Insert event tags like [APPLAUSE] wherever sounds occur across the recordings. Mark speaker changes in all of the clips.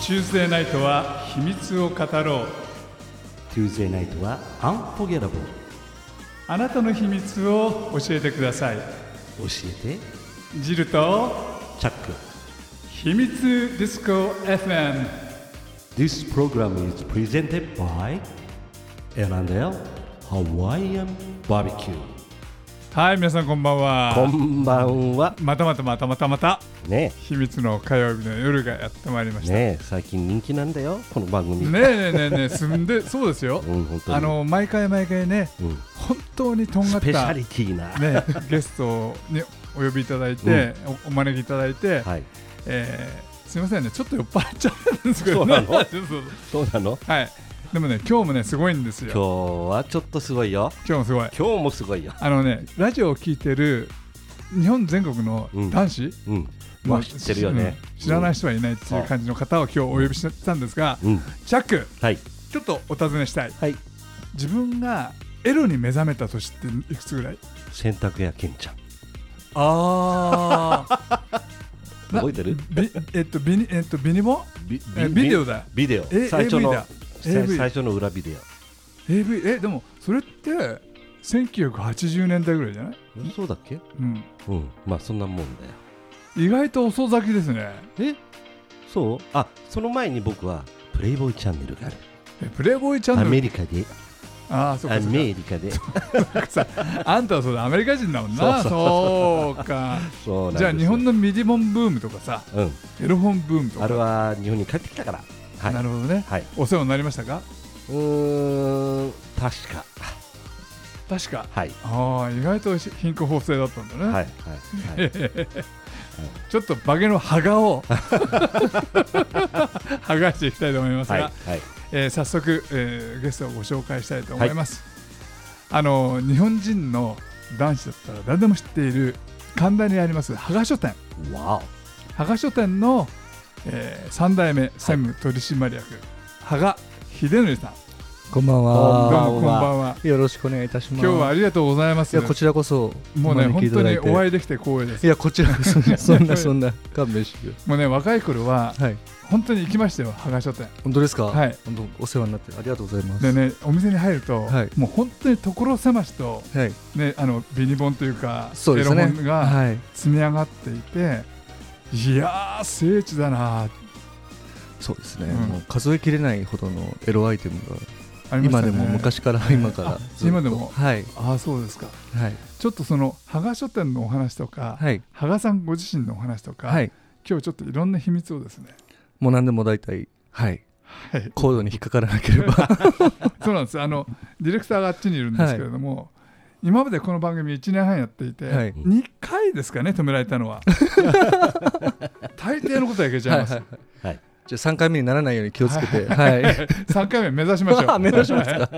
Speaker 1: チューズデーナイトは秘密を語ろう
Speaker 2: Tuesday night は Unforgettable
Speaker 1: あなたの秘密を教えてください
Speaker 2: 教えて
Speaker 1: ジルと
Speaker 2: チャック
Speaker 1: 秘密ディスコ FM
Speaker 2: This program is presented by L&L Hawaiian Barbecue
Speaker 1: はい皆さんこんばんは
Speaker 2: こんばんは
Speaker 1: またまたまたまたまた
Speaker 2: ね
Speaker 1: 秘密の火曜日の夜がやってまいりま
Speaker 2: え
Speaker 1: したね
Speaker 2: ねえ最近人気なんだよこの番組
Speaker 1: えねえねえねえすんでそうですよ
Speaker 2: うん本当に
Speaker 1: あの毎回毎回ね
Speaker 2: うん
Speaker 1: 本当にとんが
Speaker 2: ス
Speaker 1: っ
Speaker 2: ペシ
Speaker 1: た
Speaker 2: ャ
Speaker 1: ね
Speaker 2: リティな、
Speaker 1: ゲストにお呼びいただいておお招きいただいて
Speaker 2: はい
Speaker 1: えーすみませんねちょっと酔っ払っちゃうんですけど
Speaker 2: そうな
Speaker 1: ね
Speaker 2: の
Speaker 1: [LAUGHS] そうそう
Speaker 2: そうなの
Speaker 1: はいでもね今日もねすごいんです
Speaker 2: 今
Speaker 1: よ
Speaker 2: 日はちょっとすごいよ
Speaker 1: 今日もすごい
Speaker 2: 今日もすごいよ
Speaker 1: あのね、ラジオを聞いてる日本全国の男子、
Speaker 2: うん
Speaker 1: ま
Speaker 2: ま
Speaker 1: あ
Speaker 2: あ知ってるよね
Speaker 1: うん知らないい人はいないっていう感じの方を今日お呼びしてたんですが、
Speaker 2: うん
Speaker 1: チャック、
Speaker 2: はい
Speaker 1: ちょっとお尋ねしたい。
Speaker 2: はい
Speaker 1: 自分がエロに目覚めた年っていくつぐらい
Speaker 2: 洗濯屋けんちゃん
Speaker 1: ああ。な
Speaker 2: 覚えてる
Speaker 1: [LAUGHS] びえっと、ビニ、えっと、ビニボン
Speaker 2: ビ
Speaker 1: えビデオだ
Speaker 2: ビデオ
Speaker 1: え
Speaker 2: 最初
Speaker 1: AV
Speaker 2: の
Speaker 1: だ
Speaker 2: 最
Speaker 1: AV
Speaker 2: 最初の裏ビデ
Speaker 1: ?AV、え、でも、それって、1980年代ぐらいじゃない
Speaker 2: オそうだっけ
Speaker 1: うん。
Speaker 2: うんまあそんなもんだよ
Speaker 1: 意外と遅咲きですね。
Speaker 2: えそうあその前に僕はプレイボーイチャンネルがある
Speaker 1: えプレイボーイチャ
Speaker 2: ア
Speaker 1: ンネ
Speaker 2: メ
Speaker 1: ル。
Speaker 2: リカで
Speaker 1: ああ、そう
Speaker 2: ア
Speaker 1: かそうか。
Speaker 2: メリカで
Speaker 1: さあんたはそうだアメリカ人だもんな
Speaker 2: そ
Speaker 1: そううか
Speaker 2: そうなんです
Speaker 1: じゃあ日本
Speaker 2: の
Speaker 1: のミディモンブームとかさ
Speaker 2: うん
Speaker 1: エロ本ブームと
Speaker 2: あ
Speaker 1: か
Speaker 2: れは日本に帰ってきたからはい
Speaker 1: なるほどね
Speaker 2: はい
Speaker 1: お世話になりましたか
Speaker 2: うーん確か
Speaker 1: 確か
Speaker 2: はい
Speaker 1: ああ意外と貧困法制だったんだね、
Speaker 2: はいはいはい
Speaker 1: [LAUGHS] ちょっとバゲの羽賀
Speaker 2: [LAUGHS]
Speaker 1: を剥がしていきたいと思いますが、
Speaker 2: はいはい
Speaker 1: えー早速、えーゲストをご紹介したいと思います、あの日本人の男子だったら誰でも知っている神田にあります羽賀書店
Speaker 2: わ
Speaker 1: 羽賀書店の、え3代目専務取締役、羽賀秀則さん
Speaker 3: こんばん
Speaker 1: ど
Speaker 2: あ
Speaker 1: う
Speaker 2: ー
Speaker 3: は。
Speaker 1: もこんばんは
Speaker 3: よろしくお願いいたします。
Speaker 1: 今日はありがとうございま
Speaker 3: い
Speaker 1: す
Speaker 3: やこちらこそ
Speaker 1: もうね
Speaker 3: お
Speaker 1: 本
Speaker 3: 招きいた
Speaker 1: 当
Speaker 3: だい
Speaker 1: に
Speaker 3: て
Speaker 1: お会いできて光栄です
Speaker 3: いやこちら
Speaker 1: [LAUGHS]
Speaker 3: こそそんなそんな勘弁してく
Speaker 1: もうね若い頃は
Speaker 3: ださい。はい。
Speaker 1: 本当に行きましたよ羽賀書店
Speaker 3: 本当ですか。
Speaker 1: はい。
Speaker 3: 本当お世話になってありがとうございます。
Speaker 1: でねお店に入ると、
Speaker 3: はい
Speaker 1: もう本当に所狭しと、
Speaker 3: はい。
Speaker 1: ね、あのビニ本というか
Speaker 3: そう
Speaker 1: エ
Speaker 3: で
Speaker 1: ロ
Speaker 3: すね。
Speaker 1: 本が
Speaker 3: はい。
Speaker 1: 積み上がっていていやー聖地だなー
Speaker 3: そうですね。
Speaker 1: うん
Speaker 3: もう数えきれないほどのエロアイテムが
Speaker 1: ありま
Speaker 3: 今
Speaker 1: したね
Speaker 3: でも昔から今からずっと
Speaker 1: 今でも
Speaker 3: はい
Speaker 1: ああそうですか
Speaker 3: はい
Speaker 1: ちょっとその羽賀書店のお話とか、
Speaker 3: はい
Speaker 1: 羽賀さんご自身のお話とか、
Speaker 3: はい。
Speaker 1: 今日ちょっといろんな秘密をですね、 [LAUGHS]
Speaker 3: もう何でも大体はい
Speaker 1: はい、
Speaker 3: コードに引っかからなけ
Speaker 1: [LAUGHS]
Speaker 3: れば
Speaker 1: そうなんですあのディレクターがあっちにいるんですけれども、今までこの番組1年半やっていて、
Speaker 3: はい
Speaker 1: 2回ですかね止められたの
Speaker 3: [LAUGHS]
Speaker 1: は大抵のことはやけちゃいます、
Speaker 3: はいはい
Speaker 2: ーはい
Speaker 3: じゃあ3回目にならないように気をつけてはい
Speaker 1: 3回目目指しましょう
Speaker 3: [LAUGHS] 目指します
Speaker 1: か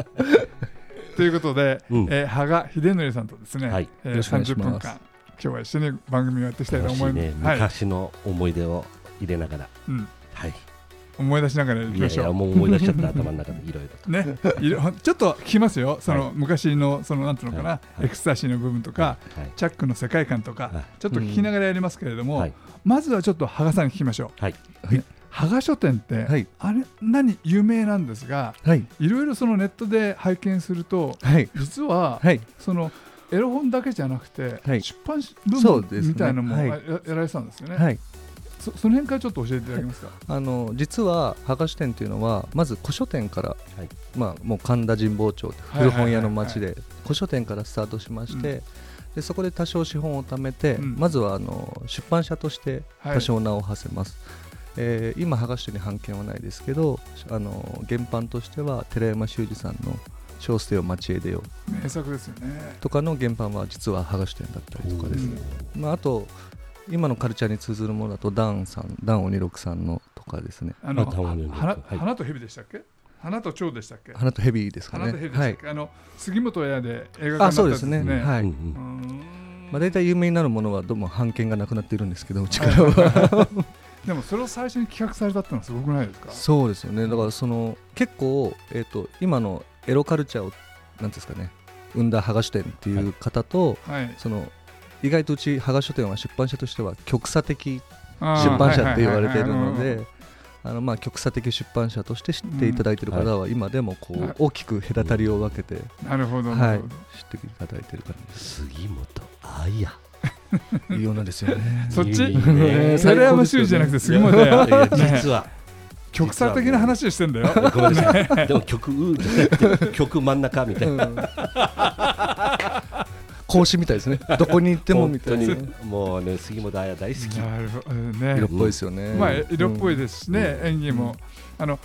Speaker 1: [LAUGHS] ということで、
Speaker 2: うん
Speaker 1: えー羽賀秀則さんとですね、
Speaker 2: はい
Speaker 1: えー
Speaker 3: よろしくお願いし
Speaker 1: 30
Speaker 3: ます
Speaker 1: 分間今日は一緒に番組をやっていきたいと
Speaker 2: 楽
Speaker 1: 思い
Speaker 2: し
Speaker 1: ま
Speaker 2: い
Speaker 1: す、
Speaker 2: ね
Speaker 1: はい
Speaker 2: 昔の思い出を入れながら
Speaker 1: うん、
Speaker 2: はい
Speaker 1: 思い出しながらいき
Speaker 2: いや
Speaker 1: ま
Speaker 2: い
Speaker 1: しょう
Speaker 2: やもう思い出しちゃった頭の中でいろいろと
Speaker 1: ね、いろちょっと聞きますよ、その、
Speaker 2: は
Speaker 1: 昔のそのなんていうのかな、
Speaker 2: はい
Speaker 1: エクスタシーの部分とか、
Speaker 2: はい
Speaker 1: チャックの世界観とか、
Speaker 2: はい
Speaker 1: ちょっと聞きながらやりますけれども、
Speaker 2: はい
Speaker 1: まずはちょっと羽賀さんに聞きましょう。
Speaker 2: はい
Speaker 1: ね羽賀書店って、
Speaker 3: はい
Speaker 1: あれ何有名なんですが、
Speaker 3: はい
Speaker 1: いろいろそのネットで拝見すると、
Speaker 3: はい
Speaker 1: 実は、
Speaker 3: はい
Speaker 1: そのエロ本だけじゃなくて、
Speaker 3: はい
Speaker 1: 出版部
Speaker 3: そう
Speaker 1: 門
Speaker 3: ですね
Speaker 1: みたいなのも
Speaker 3: は
Speaker 1: や,、
Speaker 3: い
Speaker 1: やられてたんですよね、
Speaker 3: はい
Speaker 1: そ。その辺からちょっと教えていただけますか。
Speaker 3: あの実は羽賀書店というのはまず古書店から、
Speaker 2: はい
Speaker 3: まあ、もう神田神保町って
Speaker 1: はいはいはい
Speaker 3: 古本屋の町で古書店からスタートしまして、でそこで多少資本を貯めて、
Speaker 1: うん
Speaker 3: まずはあの出版社として
Speaker 1: はい
Speaker 3: 多少名を馳せます、えー今羽賀書店に版権はないですけどあの原版としては寺山修司さんの「小生を町へ出よう
Speaker 1: 名作ですよね」。
Speaker 3: とかの原版は実は羽賀書店だったりとかですね、まあ、あと今のカルチャーに通ずるものだとダンさんダン鬼六さんのとかですね
Speaker 1: あの、
Speaker 2: またお願いします
Speaker 1: 花
Speaker 2: はい
Speaker 1: 花と蛇でしたっけ花と蝶でしたっけ
Speaker 3: 花とヘビーですかね。
Speaker 1: 花と蛇でし
Speaker 3: は
Speaker 1: たっ
Speaker 3: い
Speaker 1: け、。あの杉本屋で映画
Speaker 3: あ、
Speaker 1: 館だ
Speaker 3: そ
Speaker 1: っ
Speaker 3: う
Speaker 1: たんで
Speaker 3: で
Speaker 1: ね。
Speaker 3: すすね。は
Speaker 2: う
Speaker 3: い。
Speaker 2: んう
Speaker 3: ま
Speaker 2: ん
Speaker 3: あ、
Speaker 1: ま
Speaker 3: 大体有名になるものはどうも版権がなくなっているんですけど、うちからは。
Speaker 1: でもそれを最初に企画されたってのはすごくないですか
Speaker 3: そうですよね。だから、その、結構、えっ、と、今のエロカルチャーを、なんていうんですかね。生んだ羽賀書店っていう方と、
Speaker 1: はい、
Speaker 3: その。意外とうち羽賀書店は出版社としては極左的
Speaker 1: あー
Speaker 3: 出版社って言われているの
Speaker 1: はいはいはい
Speaker 3: であのまあ極左的出版社として知っていただいている方は今でもこ
Speaker 1: はいう
Speaker 3: 大きく隔たりを分けて、
Speaker 1: なるほど、な
Speaker 3: は
Speaker 1: る
Speaker 3: い
Speaker 1: ほど、
Speaker 3: 知っていただいている感
Speaker 1: [LAUGHS]
Speaker 2: 杉本あや
Speaker 3: じいい女ですよね
Speaker 1: そっち
Speaker 2: いいね
Speaker 1: それは修二じゃなくて杉本
Speaker 2: いや
Speaker 1: だよ
Speaker 2: いや実は
Speaker 1: 極左的な話をしてんだよ
Speaker 2: ごめんなさいでも曲うーじゃ
Speaker 1: [LAUGHS]
Speaker 2: なくて曲真ん中みたいな
Speaker 3: [LAUGHS] うん講師みたいですねどこに行ってもみ
Speaker 2: 本
Speaker 3: た
Speaker 2: 当
Speaker 3: いな
Speaker 2: にもうね杉本あや大好き
Speaker 1: なるほどね
Speaker 3: 色っぽいですよね、
Speaker 1: まあ色っぽい
Speaker 3: で
Speaker 1: ですしね、
Speaker 2: うん
Speaker 1: 演技も、あの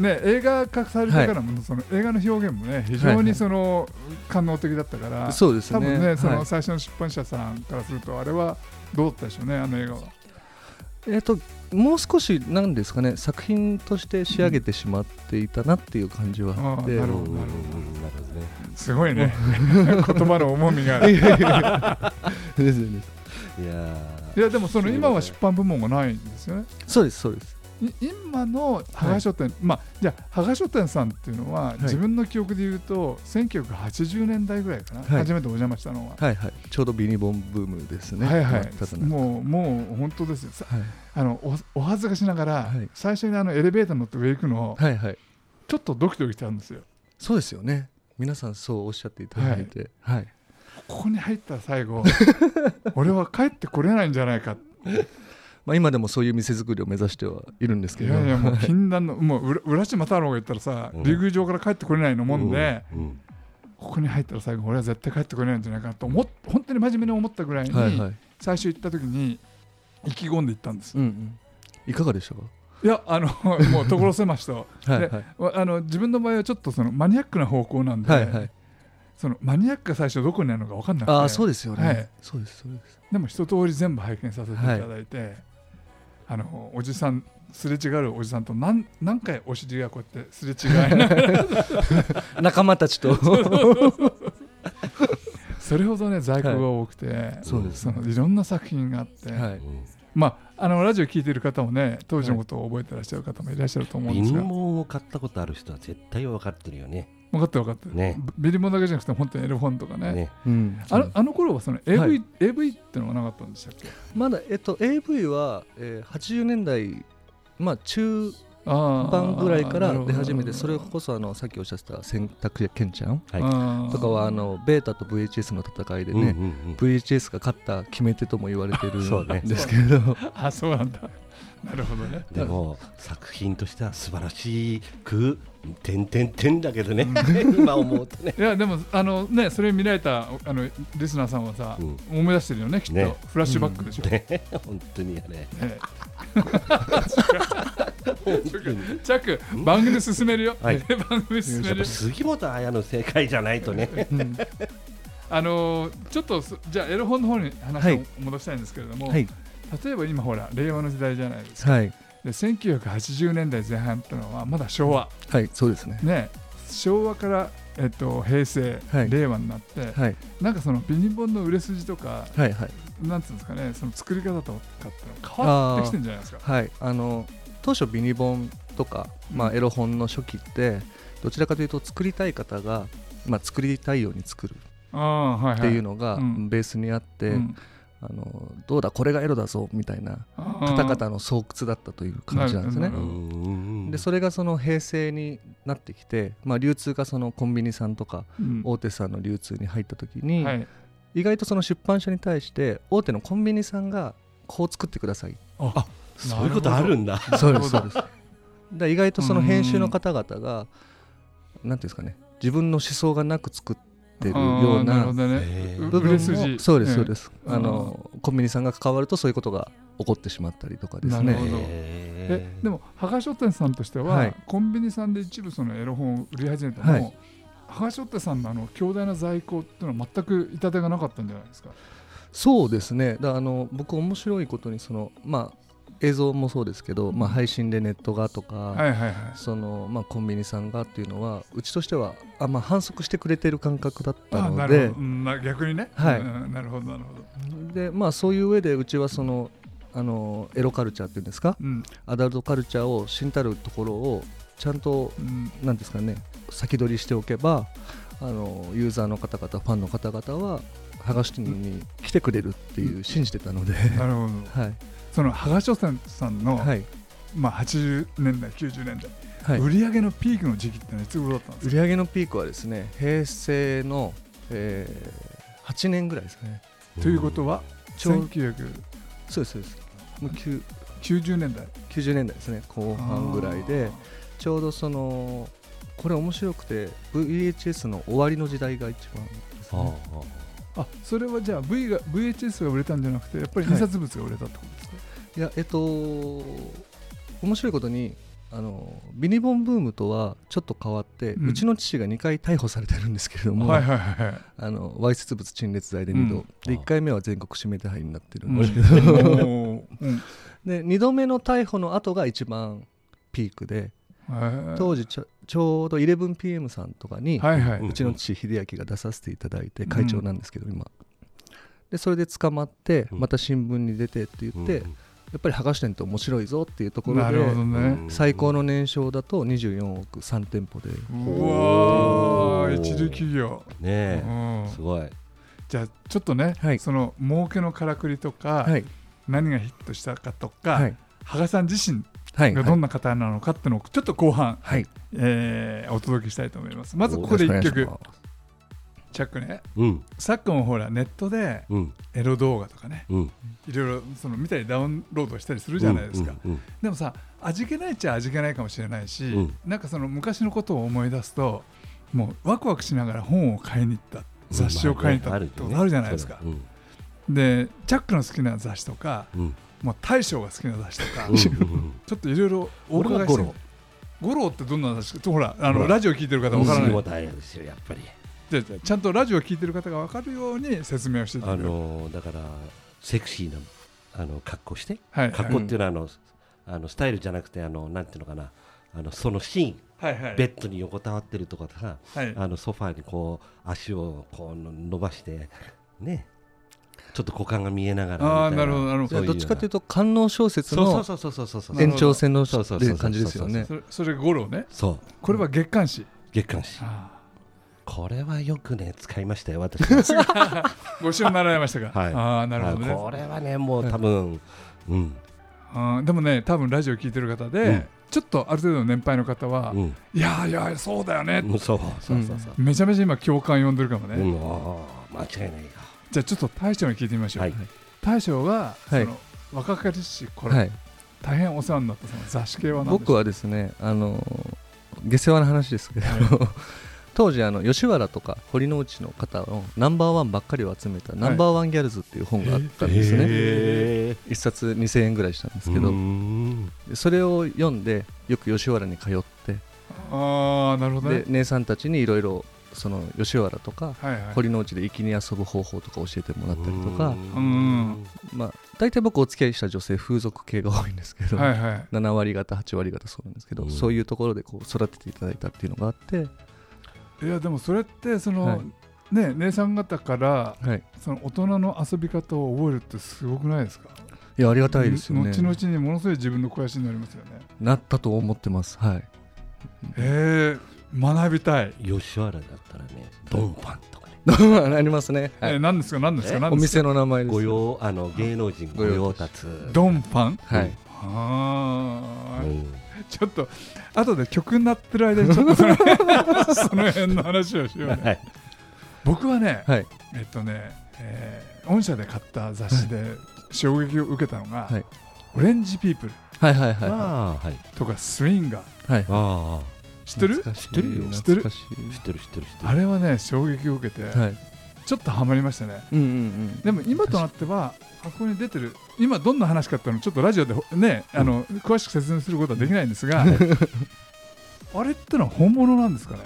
Speaker 1: ね映画化されてからも、その映画の表現もね非常
Speaker 3: はいは
Speaker 1: に
Speaker 3: い
Speaker 1: その官能的だったから、
Speaker 3: そうですね
Speaker 1: 多分ねそ
Speaker 3: は
Speaker 1: の
Speaker 3: い
Speaker 1: 最初の出版社さんからするとあれはどうだったでしょうねあの映画は。
Speaker 3: えっともう少しなんですかね作品として仕上げてしまっていたなっていう感じはあって、
Speaker 1: うんあ
Speaker 2: う
Speaker 1: なる
Speaker 2: ん
Speaker 1: ほど
Speaker 2: うんうんなるほどね
Speaker 1: すご
Speaker 3: [LAUGHS]
Speaker 1: いね言葉の重みが [LAUGHS] ある。
Speaker 3: ですよね
Speaker 2: いや
Speaker 1: い
Speaker 2: ー
Speaker 1: やでもその今は出版部門がないんですよね。
Speaker 3: [LAUGHS] そうですそうです
Speaker 1: い今の羽賀書店、まあじゃあ羽賀書店さんっていうのは、
Speaker 3: い
Speaker 1: 自分の記憶で言うと1980年代ぐらいかな、
Speaker 3: はい
Speaker 1: 初めてお邪魔したのは。
Speaker 3: はいはいちょうどビニボンブームですね
Speaker 1: はいは
Speaker 3: 真っ只
Speaker 1: い、
Speaker 3: 中
Speaker 1: もうもう本当ですよ、さ
Speaker 3: はい
Speaker 1: あのおお恥ずかしながら、
Speaker 3: はい
Speaker 1: 最初にあのエレベーターに乗って上行くの、
Speaker 3: はいはい
Speaker 1: ちょっとドキドキしたんですよ、
Speaker 3: そうですよね皆さんそうおっしゃっていただいてはい、
Speaker 1: ここに入ったら最
Speaker 3: [LAUGHS]
Speaker 1: 後、俺は帰ってこれないんじゃないか、
Speaker 3: まあ、今でもそういう店作りを目指してはいるんです
Speaker 1: い
Speaker 3: けど
Speaker 1: やいや、もう禁断の、もう浦浦島太郎が言ったらさ、
Speaker 2: うん
Speaker 1: 竜宮城から帰ってこれないのもんで、
Speaker 2: うんうん
Speaker 1: ここに入ったら最後、俺は絶対帰ってこれないんじゃないかなと思っ、本当に真面目に思ったぐらいに、
Speaker 3: はいはい、
Speaker 1: 最初行った時に、意気込んで行ったんです。
Speaker 3: うんうん、いかがでしたか
Speaker 1: いや、あの、もう所狭しと。 [LAUGHS]
Speaker 3: はいはい
Speaker 1: わあの自分の場合はちょっとそのマニアックな方向なんで、
Speaker 3: はいはい
Speaker 1: そのマニアックが最初どこにあるのか分かんなくて
Speaker 3: ああそうですよね、
Speaker 1: はい
Speaker 3: そうですそうです
Speaker 1: でも一通り全部拝見させていただいて、あのおじさんすれ違うおじさんと何何回お尻がこうやってすれ違い
Speaker 3: [LAUGHS]
Speaker 1: ながら
Speaker 3: 仲間たち [LAUGHS] と
Speaker 1: それほどね在庫が多くて、
Speaker 3: そうです
Speaker 1: そ
Speaker 3: ね
Speaker 1: のいろんな作品があって、
Speaker 3: はい
Speaker 1: まああのラジオ聞いてる方もね当時のことを覚えてらっしゃる方もいらっしゃると
Speaker 2: うん
Speaker 1: 思うん
Speaker 2: ビ
Speaker 1: です
Speaker 2: ニ
Speaker 1: が
Speaker 2: モンを買ったことある人は絶対分かってるよね
Speaker 1: 分かった分かった、
Speaker 2: ね
Speaker 1: ビリモンだけじゃなくて本当にエルフォンとかね
Speaker 2: ね
Speaker 3: うん
Speaker 1: あのあの頃はその AV,、
Speaker 3: はい
Speaker 1: AV ってのはなかったんでしたっけ
Speaker 3: まだ、えっと、AV は、えー、80年代、まあ、中盤
Speaker 1: 盤
Speaker 3: ぐらいから出始めてそれこそあのさっきおっしゃってた「選択肢やケンちゃん
Speaker 2: はい
Speaker 1: は」
Speaker 3: とかはあのベータと VHS の戦いで
Speaker 2: うんうん
Speaker 3: ね、
Speaker 2: うん
Speaker 3: VHS が勝った決め手とも言われてる
Speaker 2: そうね
Speaker 3: んですけれど
Speaker 1: あそうなんだ [LAUGHS] なるほどね
Speaker 2: でも作品としては素晴らしくてんてんてんだけどね [LAUGHS] 今思うとね
Speaker 1: いやでもあのねそれ見られたあのリスナーさんはさ、
Speaker 2: うん
Speaker 1: 思い出してるよねきっと、
Speaker 2: ね
Speaker 1: フラッシュバックでしょ、ね
Speaker 2: ね本当にあれ
Speaker 1: チャック番組進めるよ、
Speaker 2: はい
Speaker 1: [LAUGHS] 番組進め
Speaker 2: や
Speaker 1: る
Speaker 2: っぱ
Speaker 1: よ
Speaker 2: 杉本彩の世界じゃないとね
Speaker 1: あのちょっとすじゃあエロ本の方に
Speaker 3: は
Speaker 1: 話を
Speaker 3: い
Speaker 1: 戻したいんですけれども、
Speaker 3: はい
Speaker 1: 例えば今ほら令和の時代じゃないですか
Speaker 3: はい
Speaker 1: で1980年代前半ってのはまだ昭和
Speaker 3: はいそうですね
Speaker 1: ね昭和から、えっと、平成、
Speaker 3: はい
Speaker 1: 令和になって、
Speaker 3: はい
Speaker 1: なんかそのビニボンの売れ筋とか、
Speaker 3: はいはい
Speaker 1: なんていうんですかね、その作り方とかって変わってきてんじゃないですか。
Speaker 3: はいあの当初ビニボンとか、まあ、エロ本の初期ってどちらかというと作りたい方が、まあ、作りたいように作る
Speaker 1: ああ、はいはい。
Speaker 3: っていうのが
Speaker 1: うん
Speaker 3: ベースにあって、
Speaker 1: うん
Speaker 3: あのどうだこれがエロだぞみたいな
Speaker 1: あ
Speaker 3: 方
Speaker 1: あ
Speaker 3: 々の巣窟だったという感じなんです
Speaker 1: な
Speaker 3: ね
Speaker 1: る
Speaker 2: う。ん
Speaker 3: でそれがその平成になってきて、まあ、流通がそのコンビニさんとか
Speaker 1: うん
Speaker 3: 大手さんの流通に入った時に、
Speaker 1: はい。
Speaker 3: 意外とその出版社に対して大手のコンビニさんがこう作ってください
Speaker 1: あ、
Speaker 2: そういうことあるんだ
Speaker 1: [LAUGHS]
Speaker 3: そう
Speaker 1: ですそうです
Speaker 3: で意外とその編集の方々が何ていうんですかね自分の思想がなく作ってるよう
Speaker 1: ああなる
Speaker 3: な
Speaker 1: ほどね。
Speaker 2: へえ
Speaker 1: う
Speaker 3: 部
Speaker 1: 売
Speaker 3: 分
Speaker 1: れ筋
Speaker 3: もそうです
Speaker 1: ええ
Speaker 3: そうです、
Speaker 1: うん
Speaker 3: あのコンビニさんが関わるとそういうことが起こってしまったりとかです
Speaker 1: な
Speaker 3: ね
Speaker 1: るほど
Speaker 2: へ
Speaker 1: え
Speaker 2: え、
Speaker 1: でも、羽賀書店さんとしては、
Speaker 3: はい
Speaker 1: コンビニさんで一部そのエロ本を売り始めて
Speaker 3: は
Speaker 1: も
Speaker 3: い、
Speaker 1: 羽賀書店さんのあの強大な在庫っていうのは全く痛手がなかったんじゃないですか。
Speaker 3: そうですねだあの僕面白いことにその、まあ、映像もそうですけど、まあ、配信でネットがとか、
Speaker 1: はいはいはい。
Speaker 3: そのまあ、コンビニさんがっていうのはうちとしてはあ、まあ、反則してくれてる感覚だった
Speaker 1: あな
Speaker 3: の
Speaker 1: る
Speaker 3: で
Speaker 1: ほどうんな逆にね。
Speaker 3: はい
Speaker 1: うんなるほどなるほど。
Speaker 3: で、まあ、そういう上でうちはそのあのエロカルチャーっていうんですか
Speaker 1: うん
Speaker 3: アダルトカルチャーをしんたるところをちゃんと
Speaker 1: うん
Speaker 3: なんですかね先取りしておけばあのユーザーの方々ファンの方々は剥がしに来てくれるっていう信じてたので、
Speaker 1: なるほど。
Speaker 3: はい
Speaker 1: その羽賀書店さんの
Speaker 3: はい
Speaker 1: まあ、80年代90年代、
Speaker 3: はい、
Speaker 1: 売り上げのピークの時期ってのはいつ頃だったんです
Speaker 3: 売
Speaker 1: か
Speaker 3: り上げのピークはですね平成の、えー8年ぐらいですかね
Speaker 1: ということは
Speaker 3: ちょう
Speaker 1: 1990
Speaker 3: そうですそうですもうきゅう
Speaker 1: 年代
Speaker 3: 90年代ですね後半ぐらいでちょうどそのこれ面白くて VHS の終わりの時代が一番です
Speaker 2: あー
Speaker 3: ね
Speaker 2: あー
Speaker 1: あーあそれはじゃあ v が VHS が売れたんじゃなくてやっぱり印刷物が売れたってことですか、
Speaker 3: いやえっと面白いことにあのビニボンブームとはちょっと変わって、
Speaker 1: う
Speaker 3: うんちの父が2回逮捕されてるんですけれども、
Speaker 1: はいはいはいはい
Speaker 3: あのわいせつ物陳列罪で2度、
Speaker 1: うん
Speaker 3: で1回目は全国指名手配になってる
Speaker 1: うんん
Speaker 3: ですけど、 [LAUGHS]
Speaker 1: もううん
Speaker 3: で2度目の逮捕の後が一番ピークで
Speaker 1: はい
Speaker 3: 当時ちょちょうど 11PM さんとかに、
Speaker 1: はいはいう
Speaker 3: うんちの父秀明が出させていただいて会長なんですけど今、でそれで捕まって
Speaker 2: うん
Speaker 3: また新聞に出てって言って、やっぱり剥がし店って面白いぞっていうところ
Speaker 1: なるほ
Speaker 3: で
Speaker 1: どね
Speaker 3: 最高の年商だと24億3店舗で
Speaker 1: うわー
Speaker 2: おー
Speaker 1: 一流企業うん
Speaker 2: ねえすごい
Speaker 1: じゃあちょっとね、
Speaker 3: はい
Speaker 1: その儲けのからくりとか、
Speaker 3: はい
Speaker 1: 何がヒットしたかとか、
Speaker 3: はい
Speaker 1: 羽賀さん自身
Speaker 3: はい
Speaker 1: がどんな方なのかっていうのをちょっと後半、
Speaker 3: はい
Speaker 1: えーお届けしたいと思いますま
Speaker 3: ま
Speaker 1: ずここで1曲チャックね
Speaker 2: うん
Speaker 1: 昨今ほらネットで
Speaker 2: うん
Speaker 1: エロ動画とかね
Speaker 2: うん
Speaker 1: いろいろその見たりダウンロードしたりするじゃないですか、
Speaker 2: うんうん
Speaker 1: でもさ味気ないっちゃ味気ないかもしれないし、
Speaker 2: うん
Speaker 1: なんかその昔のことを思い出すともうワクワクしながら本を買いに行った雑誌を買いに行ったってことあるじゃないですか、
Speaker 2: うん
Speaker 1: でチャックの好きな雑誌とか
Speaker 2: うん
Speaker 1: もう大将が好きな雑誌とか、
Speaker 2: う
Speaker 1: [LAUGHS]
Speaker 2: ん
Speaker 1: ち
Speaker 2: うんうん
Speaker 1: ょっといろいろお
Speaker 2: 俺
Speaker 1: 伺
Speaker 2: はい
Speaker 1: し
Speaker 2: ゴ
Speaker 1: て
Speaker 2: ロ
Speaker 1: ゴロってどんな雑誌かちょほらあの
Speaker 2: ほら
Speaker 1: ラジオ聞いてる方 [LAUGHS] わからな
Speaker 2: 西
Speaker 1: い
Speaker 2: 本彩ですよやっぱり
Speaker 1: じゃあじゃあちゃんとラジオ聞いてる方がわかるように説明をしていた
Speaker 2: あ
Speaker 1: だける
Speaker 2: のだからセクシーなあの格好して
Speaker 1: はいはい
Speaker 2: 格好っていうのはあのあのスタイルじゃなくてあのなんていうのかなあのそのシーン
Speaker 1: はいはい
Speaker 2: ベッドに横たわってるとかさ
Speaker 1: はい
Speaker 2: あのソファーにこう足をこうの伸ばしてねちょっと股間が見えなが
Speaker 1: あ
Speaker 2: ら
Speaker 1: ー
Speaker 2: みた
Speaker 1: な
Speaker 2: い
Speaker 1: るほどなるほ
Speaker 3: どっちかという
Speaker 2: と
Speaker 3: と官能小説
Speaker 2: そう
Speaker 3: の
Speaker 2: そうそうそうそうそう
Speaker 1: なる
Speaker 3: 延
Speaker 1: ほど
Speaker 3: 長線の
Speaker 2: そうそうそうそう
Speaker 3: 感じですよね
Speaker 1: それそれゴロね
Speaker 2: そう
Speaker 1: これは月刊誌、
Speaker 2: 月刊誌
Speaker 1: あ
Speaker 2: これはよくね使いましたよ私
Speaker 1: あご一緒になられましたか、
Speaker 2: [LAUGHS] はい
Speaker 1: ああなるほどね
Speaker 2: あこれはねもう多分うん
Speaker 1: あーでもね多分ラジオ聞いてる方で、
Speaker 2: うん
Speaker 1: ちょっとある程度の年配の方は、
Speaker 2: うん
Speaker 1: いやーいやーそうだよね、
Speaker 2: うんそうそうそうそう
Speaker 1: めちゃめちゃ今共感呼んでるかもね、
Speaker 2: うんあー間違いないよ
Speaker 1: じゃあちょっと大将に聞いてみましょう、
Speaker 2: はい
Speaker 1: 大将が、
Speaker 3: はい
Speaker 1: その若かりしこれ、
Speaker 3: はい
Speaker 1: 大変お世話になったその雑誌系は何ですか
Speaker 3: 僕はですねあの下世話な話ですけど、 [LAUGHS] 当時あの吉原とか堀之内の方のナンバーワンばっかりを集めた「ナンバーワンギャルズ」っていう本があったんですね、
Speaker 2: へ
Speaker 3: 一冊2000円ぐらいしたんです
Speaker 2: ー
Speaker 3: け
Speaker 2: う
Speaker 3: ど、
Speaker 2: ん
Speaker 3: でそれを読んでよく吉原に通って
Speaker 1: ああなるほどね
Speaker 3: で姉さんたちにいろいろその吉原とか
Speaker 1: はいはい
Speaker 3: 堀之内で粋に遊ぶ方法とか教えてもらったりとか、
Speaker 1: うん
Speaker 3: まあ、大体僕お付き合いした女性風俗系が多いんですけど、
Speaker 1: はいはい
Speaker 3: 7割方8割方そうなんですけど、
Speaker 2: うん
Speaker 3: そういうところでこう育てていただいたっていうのがあって、
Speaker 1: いやでもそれってその、
Speaker 3: はい
Speaker 1: ね姉さん方から
Speaker 3: はい、
Speaker 1: その大人の遊び方を覚えるってすごくないですか
Speaker 3: いやありがたいですよね
Speaker 1: 後々にものすごい自分の肥やしになりますよね
Speaker 3: なったと思ってますはい
Speaker 1: ええ学びたい、
Speaker 2: 吉原だったらねドンパンとかね
Speaker 3: ありますね、は
Speaker 1: え
Speaker 3: い
Speaker 1: ー、何ですか何ですか
Speaker 2: え
Speaker 1: 何
Speaker 3: お
Speaker 1: ですか
Speaker 3: 店の名前です
Speaker 2: 御用あの芸能人御
Speaker 3: 御用
Speaker 2: 用達
Speaker 1: ドンパン
Speaker 3: はい、
Speaker 1: はー
Speaker 2: う
Speaker 1: い
Speaker 2: ん
Speaker 1: ちょっと後で曲になってる間にちょっと
Speaker 3: [LAUGHS]
Speaker 1: そのその辺の話をしようね
Speaker 2: はい
Speaker 1: 僕はね、
Speaker 3: はい
Speaker 1: えっとね、えー、御社で買った雑誌で衝撃を受けたのが、
Speaker 3: はい
Speaker 1: オレンジピープル
Speaker 3: はいはいはいは
Speaker 2: ああはい
Speaker 1: とかスインガー
Speaker 3: いはい
Speaker 2: ああ
Speaker 1: 知ってる
Speaker 3: 懐かしい
Speaker 2: 知ってるよ
Speaker 1: 知ってる
Speaker 3: 懐かし
Speaker 2: 知ってる知ってる知って
Speaker 1: あ
Speaker 2: る
Speaker 1: れはね衝撃を受けて、
Speaker 3: いはい
Speaker 1: ちょっとハマりましたね
Speaker 3: うんうんうん
Speaker 1: でも今となってはあここに出てる今どんな話かっていうのをちょっとラジオでほねあの、詳しく説明することはできないんですがあれってのは本物なんですかね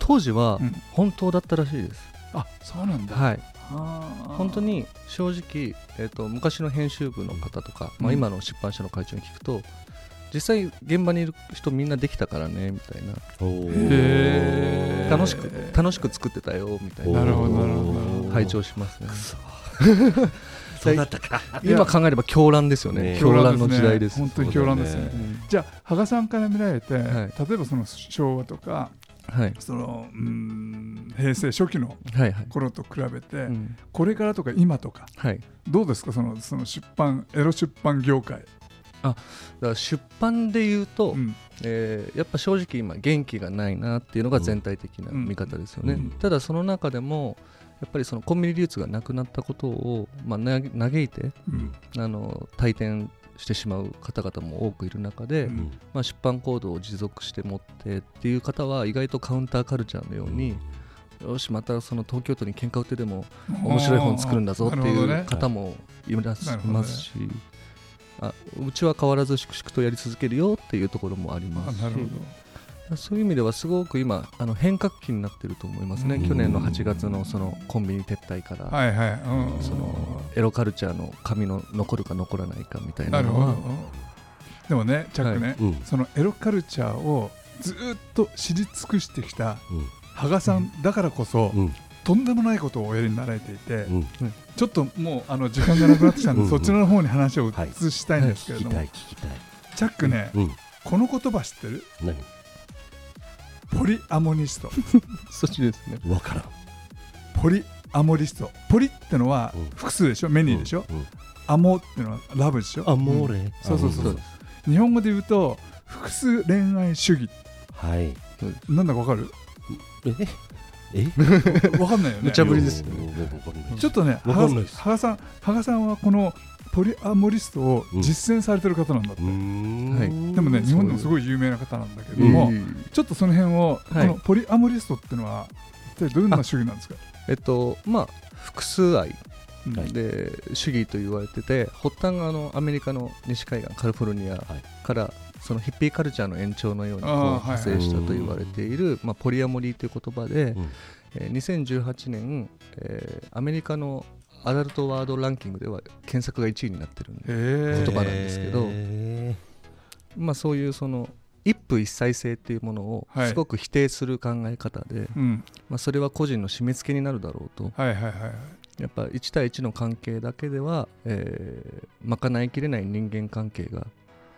Speaker 3: 当時は
Speaker 1: うん
Speaker 3: 本当だったらしいです、
Speaker 1: あそうなんだ、
Speaker 3: はい
Speaker 1: あー
Speaker 3: 本当に正直、えー、と昔の編集部の方とか、
Speaker 1: う
Speaker 3: ま
Speaker 1: ん
Speaker 3: あ、今の出版社の会長に聞くと実際現場にいる人みんなできたからねみたいな
Speaker 2: お
Speaker 1: へー
Speaker 3: 楽しく
Speaker 1: えー
Speaker 3: 楽しく作ってたよみたい
Speaker 1: な
Speaker 3: な
Speaker 1: るほどなるほど
Speaker 3: 拝聴しますね
Speaker 2: そうだったか
Speaker 3: 今考えれば狂乱ですよね
Speaker 2: ね
Speaker 3: 狂乱の時代です
Speaker 1: 本当に狂乱ですね
Speaker 2: そうだ
Speaker 3: うん
Speaker 1: じゃあ羽賀さんから見られて、
Speaker 3: はい
Speaker 1: 例えばその昭和とか
Speaker 3: はい
Speaker 1: そのうーん平成初期の
Speaker 3: はいはい
Speaker 1: 頃と比べて、
Speaker 3: うん
Speaker 1: これからとか今とか
Speaker 3: はい
Speaker 1: どうですかそのその出版エロ出版業界
Speaker 3: から出版で言うと、
Speaker 1: うん
Speaker 3: えーやっぱ正直今元気がないなっていうのが全体的な見方ですよね、
Speaker 2: うんうん
Speaker 3: ただその中でもやっぱりそのコンビニ流通がなくなったことを、まあ、な嘆いて
Speaker 1: うん
Speaker 3: あの退店してしまう方々も多くいる中で、
Speaker 1: うん
Speaker 3: まあ、出版行動を持続して持ってっていう方は意外とカウンターカルチャーのように、よしまたその東京都に喧嘩売ってでも面白い本作るんだぞって
Speaker 1: なるほど
Speaker 3: いう
Speaker 1: ね
Speaker 3: 方もいらっしゃ
Speaker 1: ないるほどね
Speaker 3: ますし、あうちは変わらず粛々とやり続けるよっていうところもありま
Speaker 1: あ
Speaker 3: す
Speaker 1: なるほど
Speaker 3: しそういう意味ではすごく今あの変革期になってると思いますね、
Speaker 1: うん
Speaker 3: 去年の8月のそのコンビニ撤退から、
Speaker 1: はいはいうん
Speaker 3: そのエロカルチャーの紙の残るか残らないかみたい
Speaker 1: な
Speaker 3: な
Speaker 1: る
Speaker 3: の
Speaker 1: ほ
Speaker 3: は
Speaker 1: どでもねチャックね、
Speaker 2: うん
Speaker 1: そのエロカルチャーをずーっと知り尽くしてきた
Speaker 2: うん
Speaker 1: 羽賀さんだからこそ、
Speaker 2: うん
Speaker 1: とんでもないことをおやりになられていて、
Speaker 2: うん
Speaker 1: ちょっともうあの時間がなくなってきたんで
Speaker 2: うん
Speaker 1: そちらの方に話を
Speaker 2: はい
Speaker 1: 移したいんですけ
Speaker 2: 聞
Speaker 1: れ
Speaker 2: き
Speaker 1: ども、
Speaker 2: たい聞きたい
Speaker 1: チャックね、
Speaker 2: うん
Speaker 1: この言葉知ってる
Speaker 2: 何
Speaker 1: ポリアモニスト
Speaker 3: そっちですね
Speaker 2: わからん
Speaker 1: ポリアモリストポリってのは
Speaker 2: うん
Speaker 1: 複数でしょメニーでしょ、
Speaker 2: うんうん
Speaker 1: アモってのはラブでしょ
Speaker 2: あモーレ
Speaker 1: そうそうそう
Speaker 2: あん
Speaker 1: 日本語で言うと複数恋愛主義
Speaker 2: はいえ
Speaker 1: なんだかわかる
Speaker 2: え
Speaker 1: [LAUGHS] わかん
Speaker 2: [LAUGHS]
Speaker 1: ないよね
Speaker 3: 無茶ぶりです
Speaker 2: うんうんわかんない
Speaker 1: ちょっとね
Speaker 2: わかんないです
Speaker 1: 羽賀さん羽賀さんはこのポリアモリストを実践されてる方なんだって、
Speaker 2: うーん
Speaker 3: はい
Speaker 1: でもね日本でもす
Speaker 2: い
Speaker 1: ごい有名な方なんだけど
Speaker 3: で
Speaker 1: も、
Speaker 3: も
Speaker 1: ちょっとその辺を、
Speaker 3: はい
Speaker 1: このポリアモリストってのは一体どんな主義なんですか、
Speaker 3: えっとまあ複数愛
Speaker 1: うん
Speaker 2: はい
Speaker 3: で主義と言われてて発端があのアメリカの西海岸カリフォルニアから、そのヒッピーカルチャーの延長のようにこう
Speaker 1: あーはい
Speaker 3: 派生したと言われているまあ、ポリアモリーという言葉で、
Speaker 2: うん
Speaker 3: えー2018年、えーアメリカのアダルトワードランキングでは検索が1位になってるんで、
Speaker 1: へ
Speaker 3: 言
Speaker 1: ー
Speaker 3: 葉なんですけど
Speaker 2: へ
Speaker 3: まあ、そういうその一夫一妻制っていうものを
Speaker 1: はい
Speaker 3: すごく否定する考え方で、
Speaker 1: うん、
Speaker 3: まあ、それは個人の締め付けになるだろうと
Speaker 1: はいはいはいはい
Speaker 3: やっぱ1対1の関係だけでは、えー賄いきれない人間関係が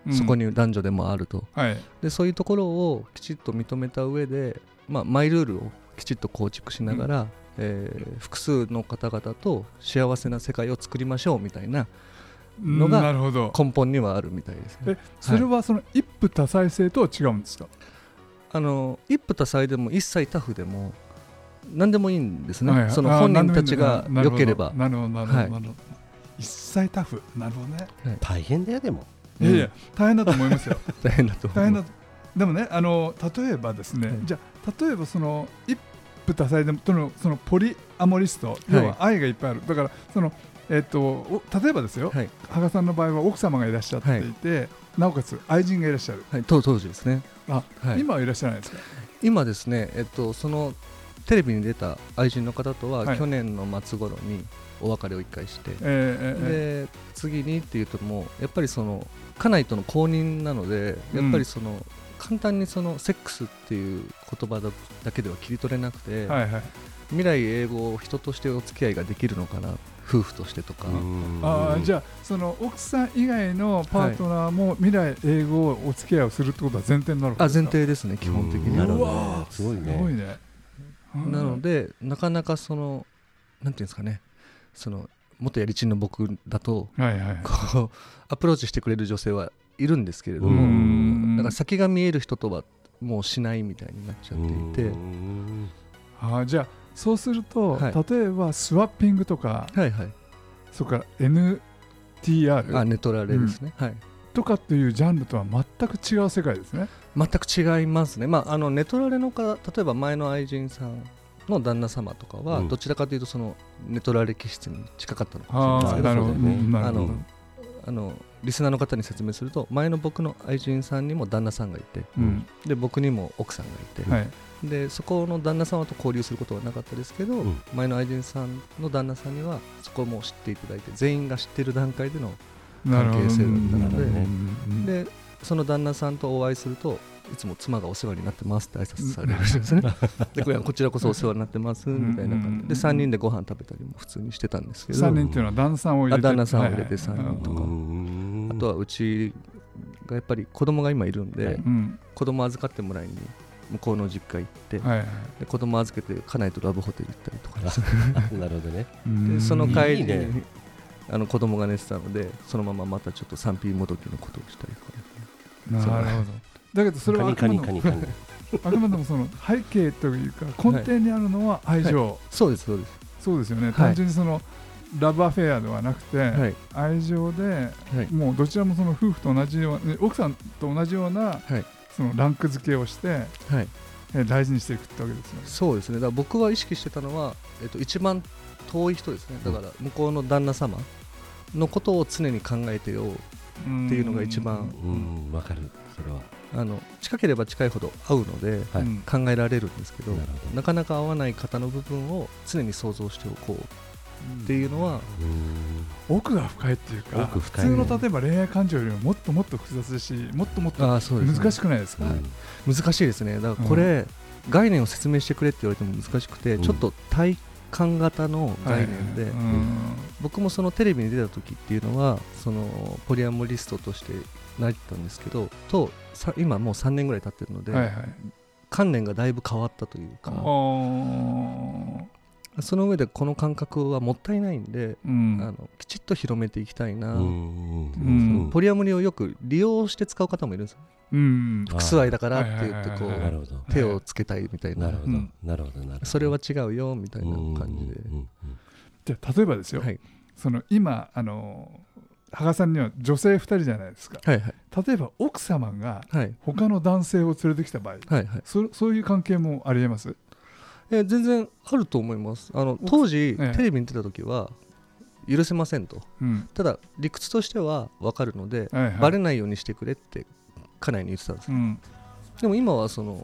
Speaker 1: うん
Speaker 3: そこに男女でもあると、
Speaker 1: はい
Speaker 3: でそういうところをきちっと認めた上で、まあ、マイルールをきちっと構築しながら、えー複数の方々と幸せな世界を作りましょうみたいなのが
Speaker 1: うんなるほど
Speaker 3: 根本にはあるみたいですね。
Speaker 1: えそれはその一夫多妻制とは違うんですか、
Speaker 3: あの一夫多妻でも一切タフでも何でもいいんですね、
Speaker 1: はい
Speaker 3: その
Speaker 1: あー
Speaker 3: 本
Speaker 1: なんでもい
Speaker 3: 人
Speaker 1: い
Speaker 3: た
Speaker 1: んだ
Speaker 3: ちが良ければ。
Speaker 1: なるほどなるほどな
Speaker 3: は
Speaker 1: る
Speaker 3: い
Speaker 1: ほど、一切タフなるほどね、
Speaker 2: 大変だよでも
Speaker 1: いやいや大変だと思います
Speaker 3: [LAUGHS]
Speaker 1: よ
Speaker 3: 大変だと思う
Speaker 1: 大変だとでもねあの例えばですね、
Speaker 3: はい
Speaker 1: じゃあ例えばその一夫多妻でもとのそのポリアモリスト
Speaker 3: い
Speaker 1: 要は愛がいっぱいある、だからそのえっとお例えばですよ、
Speaker 3: はい
Speaker 1: 羽賀さんの場合は奥様がいらっしゃっていて、なおかつ愛人がいらっしゃる、
Speaker 3: はい、当当時ですね、
Speaker 1: あ
Speaker 3: はい、
Speaker 1: 今はいらっしゃらないですか
Speaker 3: 今ですね、えっと、そのテレビに出た愛人の方とは、
Speaker 1: はい
Speaker 3: 去年の末頃にお別れを一回して、
Speaker 1: えーえーえ
Speaker 3: で次にっていうともうやっぱりその家内との公認なので
Speaker 1: うん
Speaker 3: やっぱりその、簡単にそのセックスっていう言葉だだけでは切り取れなくて、
Speaker 1: ーはいはい
Speaker 3: 未来永劫人としてお付き合いができるのかな夫婦としてとか、
Speaker 1: あーじ
Speaker 2: ゃ
Speaker 1: ゃあその奥さん以外のパートナーも未来英語をお付き合いをするってことは前提になるわけ
Speaker 3: あ
Speaker 1: です
Speaker 3: 前
Speaker 1: か
Speaker 3: 提ですね基本的
Speaker 2: うん
Speaker 3: に
Speaker 2: な
Speaker 3: は
Speaker 2: るほ
Speaker 1: う
Speaker 2: どね
Speaker 1: わー
Speaker 2: すごいね
Speaker 1: すごいねうん
Speaker 3: なのでなかなかそのなんていうんですかねその元やりちんの僕だと
Speaker 1: はいはい
Speaker 3: こうアプローチしてくれる女性はいるんですけれど
Speaker 2: う
Speaker 3: も
Speaker 1: ん
Speaker 3: だから先が見える人とはもうしないみたいになっちゃっていて
Speaker 1: あーじゃあそうすると、
Speaker 3: はい
Speaker 1: 例えばスワッピングとか
Speaker 3: はいはい
Speaker 1: それから NTR
Speaker 3: あネトラレですね、はい
Speaker 1: とかっていうジャンルとは全く違う世界ですね
Speaker 3: 全く違いますねまああのネトラレのか例えば前の愛人さんの旦那様とかは、
Speaker 2: うん
Speaker 3: どちらかというとそのネトラレ気質に近かったのか
Speaker 1: あ
Speaker 3: もしれ
Speaker 1: あ
Speaker 3: ないですけ
Speaker 1: ーな
Speaker 3: ど
Speaker 1: るほど
Speaker 2: そうだよね
Speaker 1: なるほど
Speaker 3: あのリスナーの方に説明すると前の僕の愛人さんにも旦那さんがいて
Speaker 1: うん
Speaker 3: で僕にも奥さんがいて、
Speaker 1: はい
Speaker 3: でそこの旦那様と交流することはなかったですけど、
Speaker 2: うん
Speaker 3: 前の愛人さんの旦那さんにはそこも知っていただいて全員が知ってる段階での、
Speaker 1: なるほど
Speaker 3: 関係性だった
Speaker 2: ので
Speaker 1: うん
Speaker 3: でその旦那さんとお会いするといつも妻がお世話になってますって挨拶されるんですね [LAUGHS] でこれはこちらこそお世話になってますみたいな感じで3人でご飯食べたりも普通にしてたんですけど
Speaker 1: 3人っていうのは旦那さんを入れて
Speaker 3: あ旦那さんを入れて三人
Speaker 1: と
Speaker 3: とかあと
Speaker 2: は
Speaker 3: はうちがやっぱり子供が今いるんで、
Speaker 2: はい
Speaker 1: うん
Speaker 3: 子供預かってもらいに向こうの実家行って、
Speaker 1: はいはい
Speaker 3: で子供預けて家内とラブホテル行ったりとかですね
Speaker 2: なるほどね
Speaker 1: うん
Speaker 3: でその帰
Speaker 2: いい
Speaker 3: り
Speaker 2: ね
Speaker 3: にあの子供が寝てたのでそのまままたちょっと 3P もどきのことをしたりとか
Speaker 1: なるほどだけどそれはあく
Speaker 2: カ
Speaker 1: まで
Speaker 2: ニカニ
Speaker 1: も
Speaker 2: カニカニ
Speaker 1: あくまでもその背景というか根底にあるのは愛情、
Speaker 3: そうですそうです
Speaker 1: そうですよね、
Speaker 3: い
Speaker 1: 単純にそのラブアフェアではなくて、
Speaker 3: はい
Speaker 1: 愛情で
Speaker 3: はい
Speaker 1: もうどちらもその夫婦と同じような奥さんと同じような、
Speaker 3: はい
Speaker 1: そのランク付けをして
Speaker 3: はい
Speaker 1: えー大事にしていくってわけですよね。
Speaker 3: そうですねだから僕は意識してたのは、えっと、一番遠い人ですねだから向こうの旦那様のことを常に考えてようっていうのが一番
Speaker 2: うんわかるそれは
Speaker 3: あの近ければ近いほど合うので
Speaker 2: はい
Speaker 1: うん
Speaker 3: 考えられるんですけど
Speaker 2: なるほど
Speaker 3: なかなか合わない方の部分を常に想像しておこうっていうのは
Speaker 2: うん
Speaker 1: 奥が深いっていうか
Speaker 2: 奥
Speaker 1: 普
Speaker 2: 深い
Speaker 1: 通
Speaker 2: ね
Speaker 1: の例えば恋愛感情よりももっともっと複雑だしもっともっと
Speaker 3: あーそうですね
Speaker 1: 難しくないですか、
Speaker 2: うん
Speaker 3: 難しいですねだからこれ、概念を説明してくれって言われても難しくて、
Speaker 2: うん
Speaker 3: ちょっと体感型の概念で、
Speaker 1: はい
Speaker 3: 僕もそのテレビに出た時っていうのはそのポリアモリストとしてなったんですけどとさ今もう3年ぐらい経ってるの
Speaker 1: う
Speaker 3: で、
Speaker 1: んはいはい
Speaker 3: 観念がだいぶ変わったという
Speaker 1: あ
Speaker 3: か
Speaker 1: ー
Speaker 3: その上でこの感覚はもったいないんで、
Speaker 1: うん
Speaker 3: あのきちっと広めていきたいな、
Speaker 2: うんう
Speaker 1: うん
Speaker 2: ん
Speaker 3: ポリアモリをよく利用して使う方もいるんですよ
Speaker 1: うん
Speaker 2: あ
Speaker 3: 複数愛だからって言ってこ
Speaker 1: はいはいはいは
Speaker 2: ない
Speaker 3: うん
Speaker 2: るほど
Speaker 3: 手をつけたいみたいな
Speaker 2: なるほど
Speaker 1: うん
Speaker 2: なるほどなるほど
Speaker 3: それは違うよみたいな感じで。
Speaker 2: うん
Speaker 1: じゃあ例えばですよ、
Speaker 3: はい、
Speaker 1: その今あの羽賀さんには女性2人じゃないですか
Speaker 3: はいはい
Speaker 1: 例えば奥様が
Speaker 3: はい
Speaker 1: 他の男性を連れてきた場合
Speaker 3: はいはい
Speaker 1: そそういう関係もありえます
Speaker 3: えー全然あると思いますあの当時、
Speaker 1: ええ
Speaker 3: テレビに出た時は許せませんと
Speaker 1: うん
Speaker 3: ただ理屈としては分かるので、
Speaker 1: はいはい
Speaker 3: バレないようにしてくれって家内に言ってたんです
Speaker 1: うん
Speaker 3: でも今はその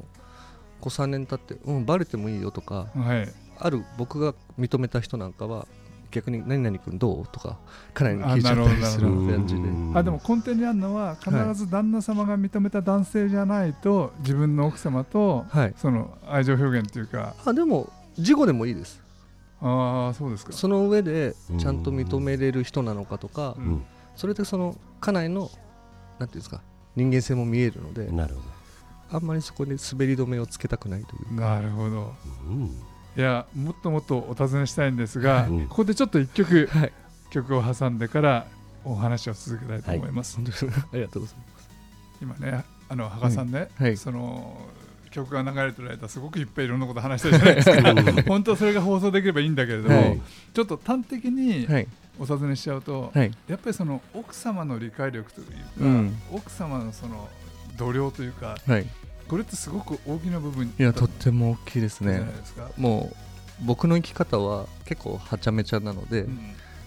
Speaker 3: こう3年経って、うん、バレてもいいよとか
Speaker 1: はい
Speaker 3: ある僕が認めた人なんかは逆に「何々君どう?」とか家内に
Speaker 1: あ
Speaker 3: 聞いちゃったりする
Speaker 1: なるほ
Speaker 3: 感じで
Speaker 1: あでも根底にあるのは必ず旦那様が認めた男性じゃないと、自分の奥様と
Speaker 3: はい
Speaker 1: その愛情表現っていうか
Speaker 3: あでも事後でもいいです
Speaker 1: ああそうですか
Speaker 3: その上でちゃんと認めれる人なのかとか
Speaker 1: う
Speaker 2: うんん
Speaker 3: それでその家内のなんていうんですか人間性も見えるので
Speaker 2: なるほど
Speaker 3: あんまりそこに滑り止めをつけたくないという
Speaker 1: なるほど
Speaker 2: うん
Speaker 1: いやもっともっとお尋ねしたいんですが、
Speaker 2: うん
Speaker 1: ここでちょっと一曲、
Speaker 3: はい
Speaker 1: 曲を挟んでからお話を続けたいと思います、
Speaker 3: 本当にありがとうございます
Speaker 1: 今ねあの羽賀さんね、
Speaker 3: はいはい
Speaker 1: その曲が流れてる間すごくいっぱいいろんなこと話したじゃないですか
Speaker 3: [LAUGHS]
Speaker 1: 本当はそれが放送できればいいんだけれども、
Speaker 3: はい
Speaker 1: ちょっと端的に
Speaker 3: はい
Speaker 1: お尋ねしちゃうと、
Speaker 3: はい
Speaker 1: やっぱりその奥様の理解力というか、
Speaker 3: うん
Speaker 1: 奥様のその度量というか
Speaker 3: はい
Speaker 1: これってすごく大きな部分
Speaker 3: いや
Speaker 1: だ
Speaker 3: と
Speaker 1: っ
Speaker 3: っ
Speaker 1: じ
Speaker 3: ても大きいです
Speaker 1: ゃな
Speaker 3: ね
Speaker 1: いですか、
Speaker 3: もう僕の生き方は結構はちゃめちゃなので、
Speaker 1: うん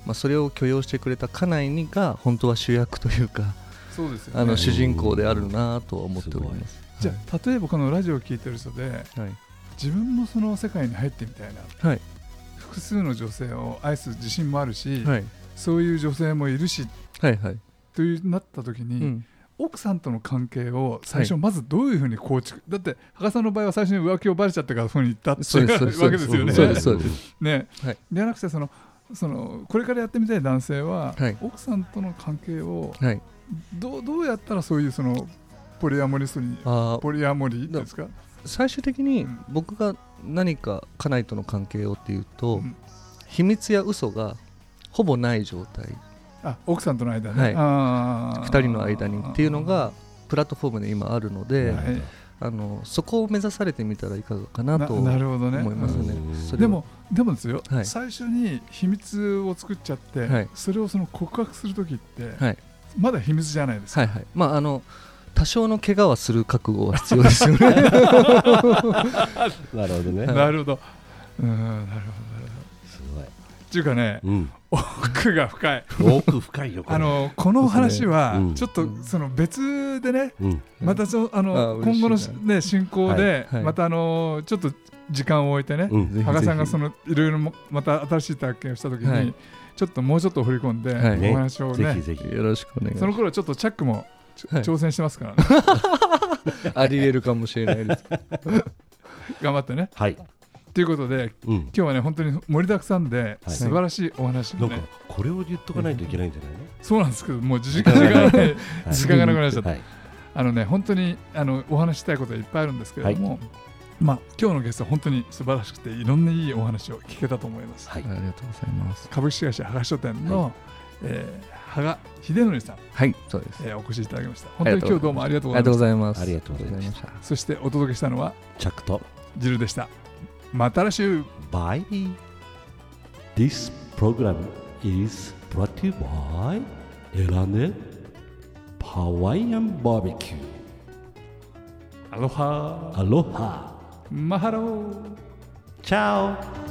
Speaker 3: まあ、それを許容してくれた家内にが本当は主役というか
Speaker 1: そうですよね
Speaker 3: あの主人公であるなとは思っております
Speaker 1: じゃあ例えばこのラジオを聞いてる人で
Speaker 3: はい、
Speaker 1: 自分もその世界に入ってみたいな
Speaker 3: はい
Speaker 1: 複数の女性を愛す自信もあるし、
Speaker 3: はい、
Speaker 1: そういう女性もいるし
Speaker 3: はいはい
Speaker 1: というなった時
Speaker 3: う
Speaker 1: に、
Speaker 3: ん
Speaker 1: 奥さんとの関係を最初まずどういうふうに構築、だって羽賀さんの場合は最初に浮気をバレちゃったからそういうふうに言ったって
Speaker 3: そうです
Speaker 1: いうわけですよね。
Speaker 3: そうですそうです
Speaker 1: ね、
Speaker 3: はい
Speaker 1: じゃなくてそのそのこれからやってみたい男性は、
Speaker 3: はい
Speaker 1: 奥さんとの関係を
Speaker 3: はい
Speaker 1: どうどうやったらそういうそのポリアモリストに
Speaker 3: あー
Speaker 1: ポリアモリーですか、
Speaker 3: 最終的に
Speaker 1: うん
Speaker 3: 僕が何か家内との関係をっていうと、
Speaker 1: うん
Speaker 3: 秘密や嘘がほぼない状態
Speaker 1: あ奥さんとの間
Speaker 3: は
Speaker 1: ね、
Speaker 3: い
Speaker 1: あー
Speaker 3: 2人の間にっていうのがプラットフォームで今あるので、
Speaker 1: はい
Speaker 3: あのそこを目指されてみたらいかがかな
Speaker 1: な
Speaker 3: と
Speaker 1: なるほどね
Speaker 3: 思いますね
Speaker 2: うん。
Speaker 3: それは
Speaker 1: でもでもですよ、
Speaker 3: はい
Speaker 1: 最初に秘密を作っちゃって、
Speaker 3: はい
Speaker 1: それをその告白する時って、
Speaker 3: はい
Speaker 1: まだ秘密じゃないですか、
Speaker 3: はいはい、まああの多少の怪我はする覚悟は必要ですよね。
Speaker 1: なるほどうー
Speaker 2: なるほどね
Speaker 1: んなるほどなるほど
Speaker 2: すごい
Speaker 1: っていうかね
Speaker 2: うん
Speaker 1: 奥が深い
Speaker 2: 奥深いよこれ
Speaker 1: あのこの話は
Speaker 2: うん
Speaker 1: ちょっとその別でね
Speaker 2: うん
Speaker 1: またそあの
Speaker 3: あー
Speaker 1: 今後の
Speaker 3: 嬉しいな
Speaker 1: ね進行で
Speaker 3: はいはい
Speaker 1: またあのちょっと時間を置いてね
Speaker 2: うん
Speaker 1: 羽賀さんがそ
Speaker 3: の
Speaker 1: のいろいろもまた新しい体験をした時
Speaker 3: は
Speaker 1: に
Speaker 3: い
Speaker 1: ちょっともうちょっと振り込んで
Speaker 3: はい
Speaker 2: ね
Speaker 1: お話を
Speaker 2: ぜひ
Speaker 1: ね
Speaker 2: ぜひ
Speaker 3: [LAUGHS] よろしくお願いし
Speaker 1: そ
Speaker 3: ま
Speaker 1: の頃ちょっとチャックもちょ
Speaker 3: はい
Speaker 1: 挑戦してますからね [LAUGHS]
Speaker 3: す。ありえるかもしれないです。
Speaker 1: 頑張ってね
Speaker 2: はい
Speaker 1: ということで
Speaker 2: うん
Speaker 1: 今日はね本当に盛りだくさんで
Speaker 2: はい
Speaker 1: 素晴らしいお話
Speaker 2: な
Speaker 1: を
Speaker 2: んか
Speaker 1: ね
Speaker 2: これを言っとかないといけないんじゃないの
Speaker 1: そうなんですけどもう時間がない
Speaker 2: [LAUGHS] はい
Speaker 1: 時間がなくなっちゃった
Speaker 2: はい
Speaker 1: あのね、本当にあのお話ししたいことはいっぱいあるんですけれども、まあ、今日のゲスト、本当に素晴らしくて、いろんないいお話を聞けたと思います。
Speaker 2: はい
Speaker 3: ありがとうございます。
Speaker 1: 株式会社羽賀書店の、えー、羽賀秀則さん、
Speaker 3: はい、そうです。
Speaker 1: えー、お越しいただきました。本当に今日どうもありがと
Speaker 3: あ
Speaker 1: う
Speaker 3: り
Speaker 1: ござい
Speaker 3: がとう
Speaker 1: ま
Speaker 3: ご
Speaker 1: し
Speaker 3: ざ
Speaker 2: あ
Speaker 3: います。
Speaker 2: りがとうございました
Speaker 3: ありがとうございました。
Speaker 1: た。そしてお届けしたのは
Speaker 2: 着と
Speaker 1: ジルでした。また来週。
Speaker 2: Bye. This program is brought to you by Elane Hawaiian Barbecue.
Speaker 1: アロハ
Speaker 2: Aloha.
Speaker 1: マハロー。
Speaker 2: Ciao.